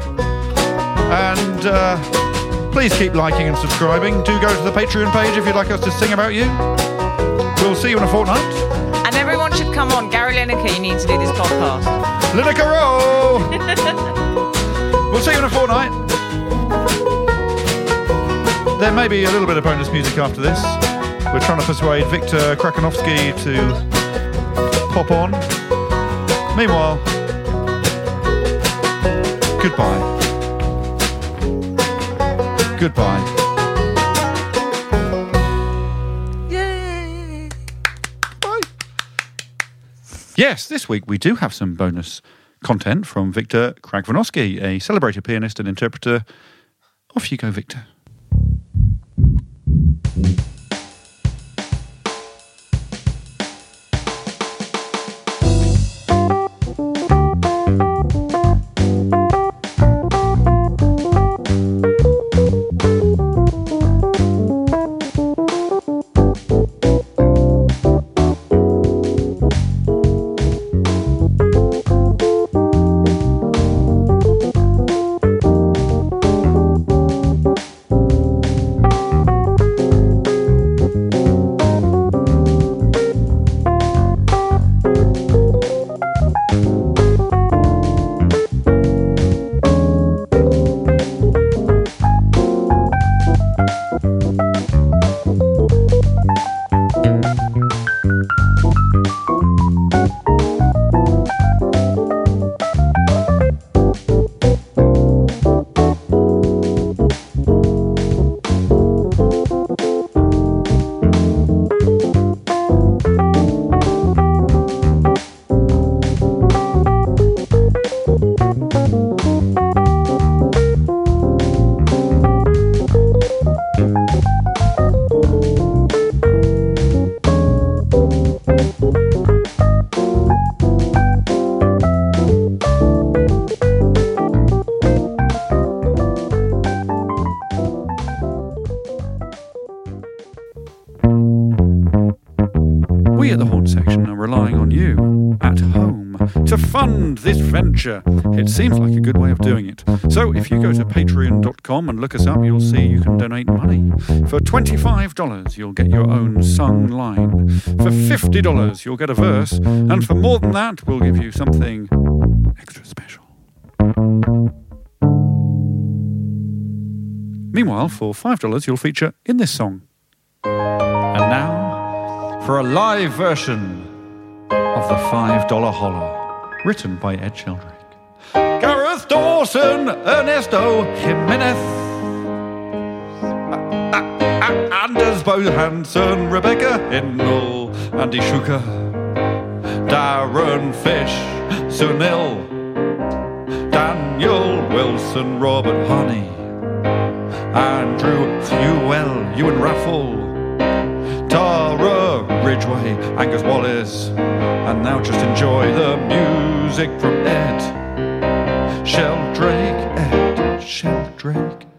D: And uh, please keep liking and subscribing. Do go to the Patreon page if you'd like us to sing about you. We'll see you in a fortnight.
E: And everyone should come on. Gary Lineker, you need to do this podcast.
D: Lineker We'll see you in a fortnight. There may be a little bit of bonus music after this. We're trying to persuade Victor Krakonovsky to pop on. Meanwhile, goodbye. Goodbye. Yes, this week we do have some bonus content from Victor Kragvanovsky, a celebrated pianist and interpreter. Off you go, Victor. We at the Horn Section are relying on you at home to fund this venture. It seems like a good way of doing it. So if you go to patreon.com and look us up, you'll see you can donate money. For $25, you'll get your own sung line. For $50, you'll get a verse. And for more than that, we'll give you something extra special. Meanwhile, for $5, you'll feature in this song. And now, for a live version of the $5 Holler, written by Ed Sheldrick.
A: Gareth Dawson, Ernesto Jimenez, A- A- A- Anders Bohansen, Rebecca Hindle, Andy Shuka, Darren Fish, Sunil, Daniel Wilson, Robert Honey, Andrew Fuel, Ewan Raffle, Tara Ridgway, Angus Wallace, and now just enjoy the music from Ed. Sheldrake, Ed, Sheldrake,